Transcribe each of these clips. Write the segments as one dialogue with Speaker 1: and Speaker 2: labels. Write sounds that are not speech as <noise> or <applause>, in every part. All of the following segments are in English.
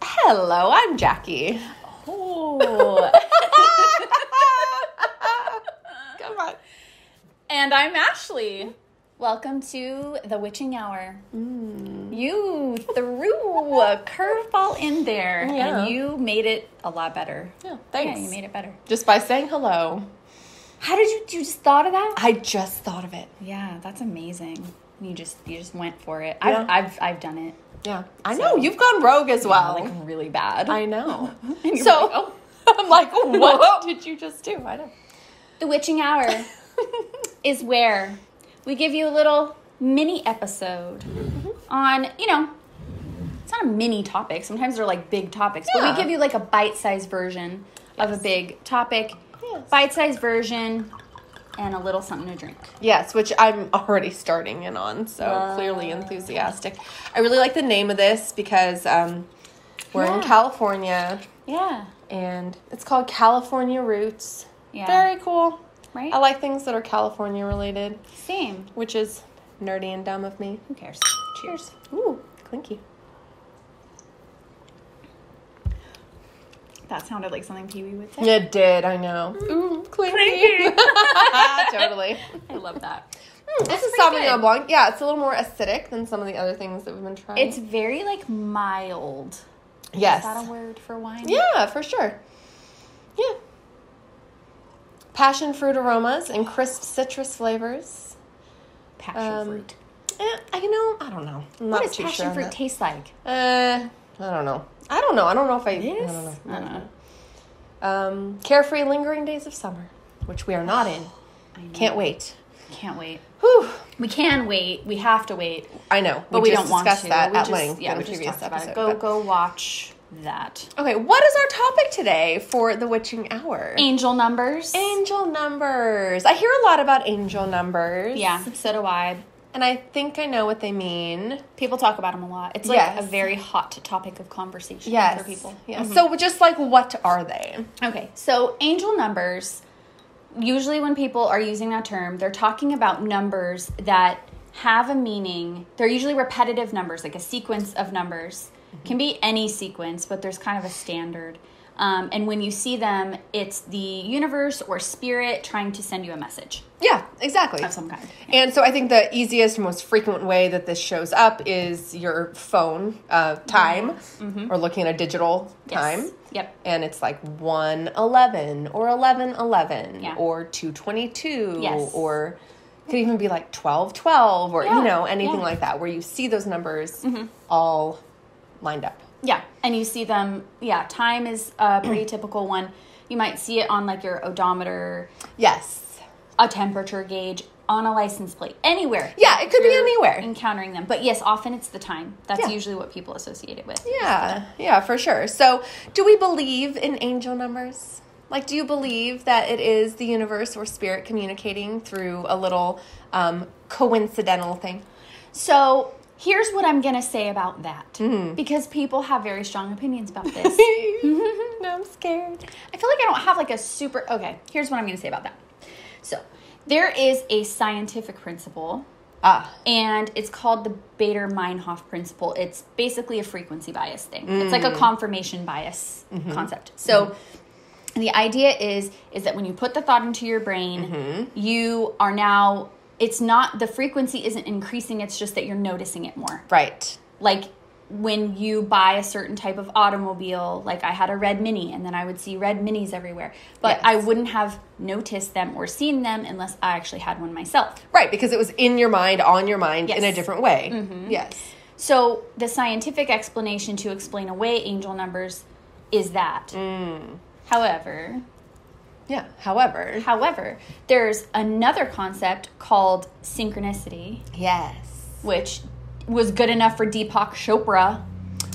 Speaker 1: Hello, I'm Jackie.
Speaker 2: Oh.
Speaker 1: Come on.
Speaker 2: and I'm Ashley. Welcome to the witching hour. Mm. You threw a curveball in there
Speaker 1: Yeah.
Speaker 2: and you made it a lot better.
Speaker 1: Yeah, thanks.
Speaker 2: Yeah, you made it better.
Speaker 1: Just by saying hello,
Speaker 2: How did you you just thought of that?
Speaker 1: I just thought of it.
Speaker 2: Yeah, that's amazing. You just you just went for it.
Speaker 1: Yeah.
Speaker 2: I've, I've I've done it.
Speaker 1: Yeah, I know you've gone rogue as well.
Speaker 2: like really bad. <laughs>
Speaker 1: I <laughs> know.
Speaker 2: And you're
Speaker 1: so
Speaker 2: like, oh.
Speaker 1: I'm like, what did you just do? I don't.
Speaker 2: The
Speaker 1: <laughs>
Speaker 2: witching hour. is where we give you a little mini episode on, you know, it's not a mini topic. Sometimes they're like big topics,
Speaker 1: Yeah.
Speaker 2: but we give you like a bite sized version of a big topic,
Speaker 1: Yes.
Speaker 2: bite sized version, and a little something to drink.
Speaker 1: Yes, which I'm already starting in on, so clearly enthusiastic. I really like the name of this because um, we're in
Speaker 2: Yeah.
Speaker 1: California
Speaker 2: Yeah.
Speaker 1: and it's called California Roots.
Speaker 2: Yeah.
Speaker 1: Very cool.
Speaker 2: Right?
Speaker 1: I like things that are California related,
Speaker 2: Same.
Speaker 1: which is nerdy and dumb of me.
Speaker 2: Who cares? Cheers.
Speaker 1: Ooh, clinky.
Speaker 2: That sounded like something Pee Wee would say.
Speaker 1: It did, I know. Ooh, clinky.
Speaker 2: <laughs>
Speaker 1: totally.
Speaker 2: I love that.
Speaker 1: Mm, this
Speaker 2: That's
Speaker 1: is
Speaker 2: pretty
Speaker 1: Sauvignon
Speaker 2: good.
Speaker 1: Blanc. Yeah, it's a little more acidic than some of the other things that we've been trying.
Speaker 2: <laughs> It's very like mild.
Speaker 1: yes.
Speaker 2: Is that a word for wine?
Speaker 1: Yeah, for sure. Yeah. Passion fruit aromas and crisp citrus flavors.
Speaker 2: Passion
Speaker 1: Um,
Speaker 2: fruit.
Speaker 1: Eh, I you know. I don't know. I'm not
Speaker 2: What does
Speaker 1: too
Speaker 2: passion
Speaker 1: sure on
Speaker 2: fruit
Speaker 1: that.
Speaker 2: taste like?
Speaker 1: Uh, I don't know. I don't know. I don't know if I. I
Speaker 2: This?
Speaker 1: don't know.
Speaker 2: I don't know.
Speaker 1: Um, carefree lingering days of summer, which we are not in.
Speaker 2: I know.
Speaker 1: Can't wait.
Speaker 2: Can't wait.
Speaker 1: Whew.
Speaker 2: We can wait. We have to wait,
Speaker 1: I know,
Speaker 2: but we,
Speaker 1: just
Speaker 2: don't want
Speaker 1: discussed
Speaker 2: to.
Speaker 1: that
Speaker 2: we
Speaker 1: at
Speaker 2: just,
Speaker 1: length
Speaker 2: yeah,
Speaker 1: in
Speaker 2: we
Speaker 1: a
Speaker 2: just
Speaker 1: previous
Speaker 2: talked
Speaker 1: episode.
Speaker 2: About it. Go
Speaker 1: but-
Speaker 2: go watch that.
Speaker 1: Okay, what is our topic today for the witching hour?
Speaker 2: Angel numbers.
Speaker 1: Angel numbers. I hear a lot about angel numbers.
Speaker 2: yeah, so do I.
Speaker 1: And I think I know what they mean.
Speaker 2: People talk about them a lot. It's like
Speaker 1: Yes.
Speaker 2: a very hot topic of conversation
Speaker 1: Yes.
Speaker 2: for people. Mm-hmm.
Speaker 1: Yes. So just like what are they?
Speaker 2: Okay, so angel numbers, usually when people are using that term, they're talking about numbers that have a meaning. They're usually repetitive numbers, like a sequence of numbers.
Speaker 1: Mm-hmm.
Speaker 2: Can be any sequence, but there's kind of a standard. Um, and when you see them, it's the universe or spirit trying to send you a message
Speaker 1: Yeah, exactly.
Speaker 2: of some kind.
Speaker 1: And so I think the easiest, most frequent way that this shows up is your phone uh, time or looking at a digital
Speaker 2: Mm-hmm. Yes.
Speaker 1: time.
Speaker 2: Yep.
Speaker 1: And it's like 111 or 1111
Speaker 2: Yeah.
Speaker 1: or 222
Speaker 2: Yes.
Speaker 1: or it could even be like 1212 or,
Speaker 2: Yeah,
Speaker 1: you know, anything
Speaker 2: yeah. Mm-hmm.
Speaker 1: like that where you see those numbers all lined up.
Speaker 2: Yeah, and you see them. Yeah, time is a pretty typical one. You might see it on like your odometer,
Speaker 1: Yes.
Speaker 2: a temperature gauge on a license plate anywhere
Speaker 1: Yeah, it could be
Speaker 2: you're
Speaker 1: anywhere.
Speaker 2: encountering them but yes often it's the time that's
Speaker 1: Yeah.
Speaker 2: usually what people associate it with
Speaker 1: Yeah, yeah, for sure. So, do we believe in angel numbers? Like, do you believe that it is the universe or spirit communicating through a little um, coincidental thing? <laughs>
Speaker 2: so here's what i'm gonna say about that
Speaker 1: Mm-hmm.
Speaker 2: because people have very strong
Speaker 1: <laughs>
Speaker 2: opinions about this
Speaker 1: no, I'm scared.
Speaker 2: I feel like I don't have like a super. Okay, here's what I'm going to say about that. So, there is a scientific principle,
Speaker 1: Ah.
Speaker 2: and it's called the Bader Meinhof principle. It's basically a frequency bias thing. It's like
Speaker 1: Mm.
Speaker 2: a confirmation bias
Speaker 1: Mm-hmm.
Speaker 2: concept. So. The idea is is that when you put the thought into your brain, you are now it's not the frequency isn't increasing, it's just that you're noticing it more
Speaker 1: Right.
Speaker 2: like when you buy a certain type of automobile like i had a red mini and then i would see red minis everywhere but
Speaker 1: Yes.
Speaker 2: i wouldn't have noticed them or seen them unless i actually had one myself
Speaker 1: Right, because it was in your mind, on your mind, in a
Speaker 2: Yes.
Speaker 1: different way. Yes.
Speaker 2: so the scientific explanation to explain away angel numbers is that however
Speaker 1: Yeah. However.
Speaker 2: however there's another concept called synchronicity
Speaker 1: Yes.
Speaker 2: which was good enough for deepak chopra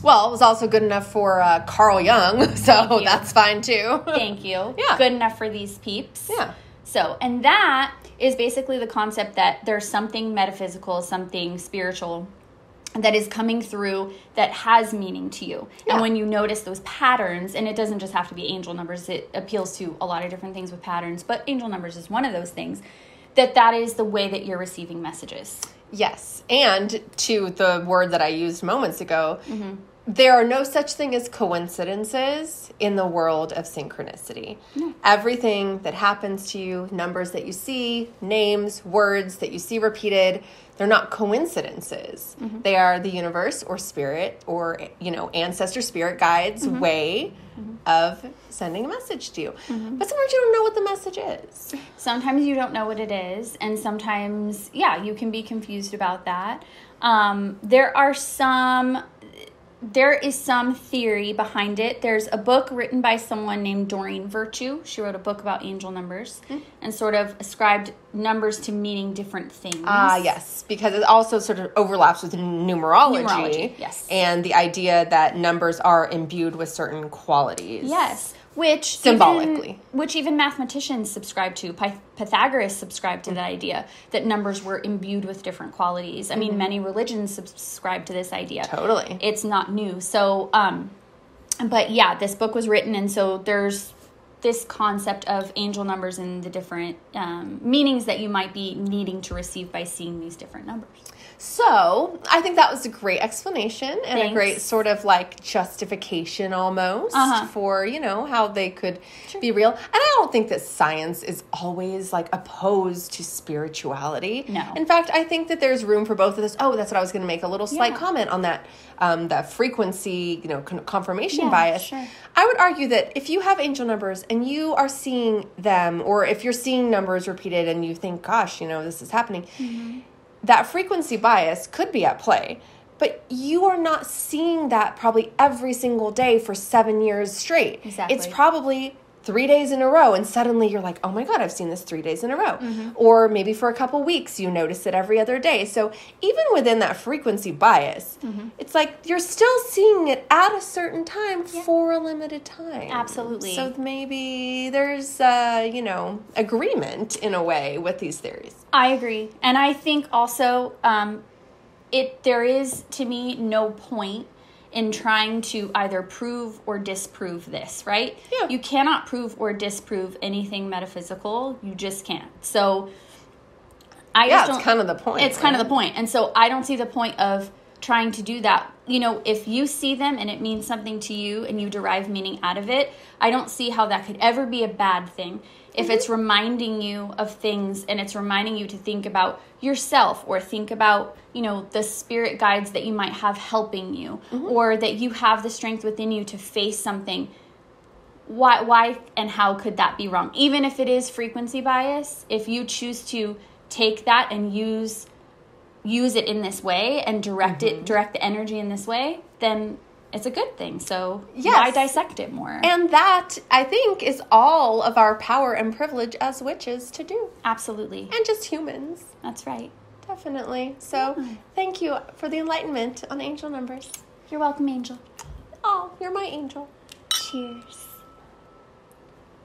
Speaker 1: Well, it was also good enough for uh, Carl Jung, <laughs> so
Speaker 2: you.
Speaker 1: that's fine too. <laughs>
Speaker 2: Thank you.
Speaker 1: Yeah.
Speaker 2: Good enough for these peeps.
Speaker 1: Yeah.
Speaker 2: So, and that is basically the concept that there's something metaphysical, something spiritual that is coming through that has meaning to you.
Speaker 1: Yeah.
Speaker 2: And when you notice those patterns, and it doesn't just have to be angel numbers, it appeals to a lot of different things with patterns, but angel numbers is one of those things that that is the way that you're receiving messages.
Speaker 1: Yes. And to the word that I used moments ago, there are no such thing as coincidences in the world of synchronicity. Everything that happens to you, numbers that you see, names, words that you see repeated, they're not coincidences. They are the universe or spirit or you know, ancestor spirit guides way of sending a message to you. But sometimes you don't know what the message is.
Speaker 2: Sometimes you don't know what it is, and sometimes, yeah, you can be confused about that. Um, there are some. There is some theory behind it. There's a book written by someone named Doreen Virtue. She wrote a book about angel numbers and sort of ascribed numbers to meaning different things.
Speaker 1: Ah, yes, because it also sort of overlaps with numerology,
Speaker 2: Numerology, yes.
Speaker 1: and the idea that numbers are imbued with certain qualities.
Speaker 2: Yes, which
Speaker 1: Symbolically.
Speaker 2: even- which even mathematicians subscribe to. Pyth- Pythagoras subscribed to the idea that numbers were imbued with different qualities. I mean, many religions subscribe to this idea.
Speaker 1: Mm-hmm. Totally.
Speaker 2: it's not new. So, um, but yeah, this book was written, and so there's this concept of angel numbers and the different um, meanings that you might be needing to receive by seeing these different numbers.
Speaker 1: So I think that was a great explanation and a
Speaker 2: Thanks.
Speaker 1: great sort of like justification almost
Speaker 2: Uh-huh.
Speaker 1: for, you know, how they could be real. And I don't think that science is always like opposed to spirituality.
Speaker 2: No.
Speaker 1: In fact, I think that there's room for both of this. Oh, that's what I was going to make a little slight
Speaker 2: Yeah.
Speaker 1: comment on that, um, that frequency, you know, con- confirmation
Speaker 2: Yeah,
Speaker 1: bias.
Speaker 2: sure.
Speaker 1: I would argue that if you have angel numbers and you are seeing them, or if you're seeing numbers repeated and you think, gosh, you know, this is happening, that frequency bias could be at play. But you are not seeing that probably every single day for seven years straight. It's
Speaker 2: Exactly.
Speaker 1: probably three days in a row, and suddenly you're like, oh my God, I've seen this three days in a row.
Speaker 2: Mm-hmm.
Speaker 1: Or maybe for a couple weeks, you notice it every other day. So even within that frequency bias,
Speaker 2: Mm-hmm.
Speaker 1: it's like you're still seeing it at a certain time for a limited time.
Speaker 2: Absolutely.
Speaker 1: So maybe there's, uh, you know, agreement in a way with these theories.
Speaker 2: I agree, and I think also um, it there is to me no point in trying to either prove or disprove this. Right?
Speaker 1: Yeah.
Speaker 2: You cannot prove or disprove anything metaphysical. You just can't. So I
Speaker 1: Yeah,
Speaker 2: just
Speaker 1: it's
Speaker 2: don't,
Speaker 1: kind of the point.
Speaker 2: It's kind
Speaker 1: right?
Speaker 2: of the point. And so I don't see the point of trying to do that. You know, if you see them and it means something to you and you derive meaning out of it, I don't see how that could ever be a bad thing. If
Speaker 1: Mm-hmm.
Speaker 2: it's reminding you of things and it's reminding you to think about yourself or think about, you know, the spirit guides that you might have helping you
Speaker 1: Mm-hmm.
Speaker 2: or that you have the strength within you to face something why why and how could that be wrong even if it is frequency bias if you choose to take that and use use it in this way and direct
Speaker 1: Mm-hmm.
Speaker 2: it direct the energy in this way then it's a good thing so why
Speaker 1: Yes.
Speaker 2: dissect it more
Speaker 1: And that, I think, is all of our power and privilege as witches to do,
Speaker 2: absolutely
Speaker 1: and just humans,
Speaker 2: that's right
Speaker 1: definitely. So, thank you for the enlightenment on angel numbers.
Speaker 2: you're welcome angel
Speaker 1: Oh, you're my angel.
Speaker 2: cheers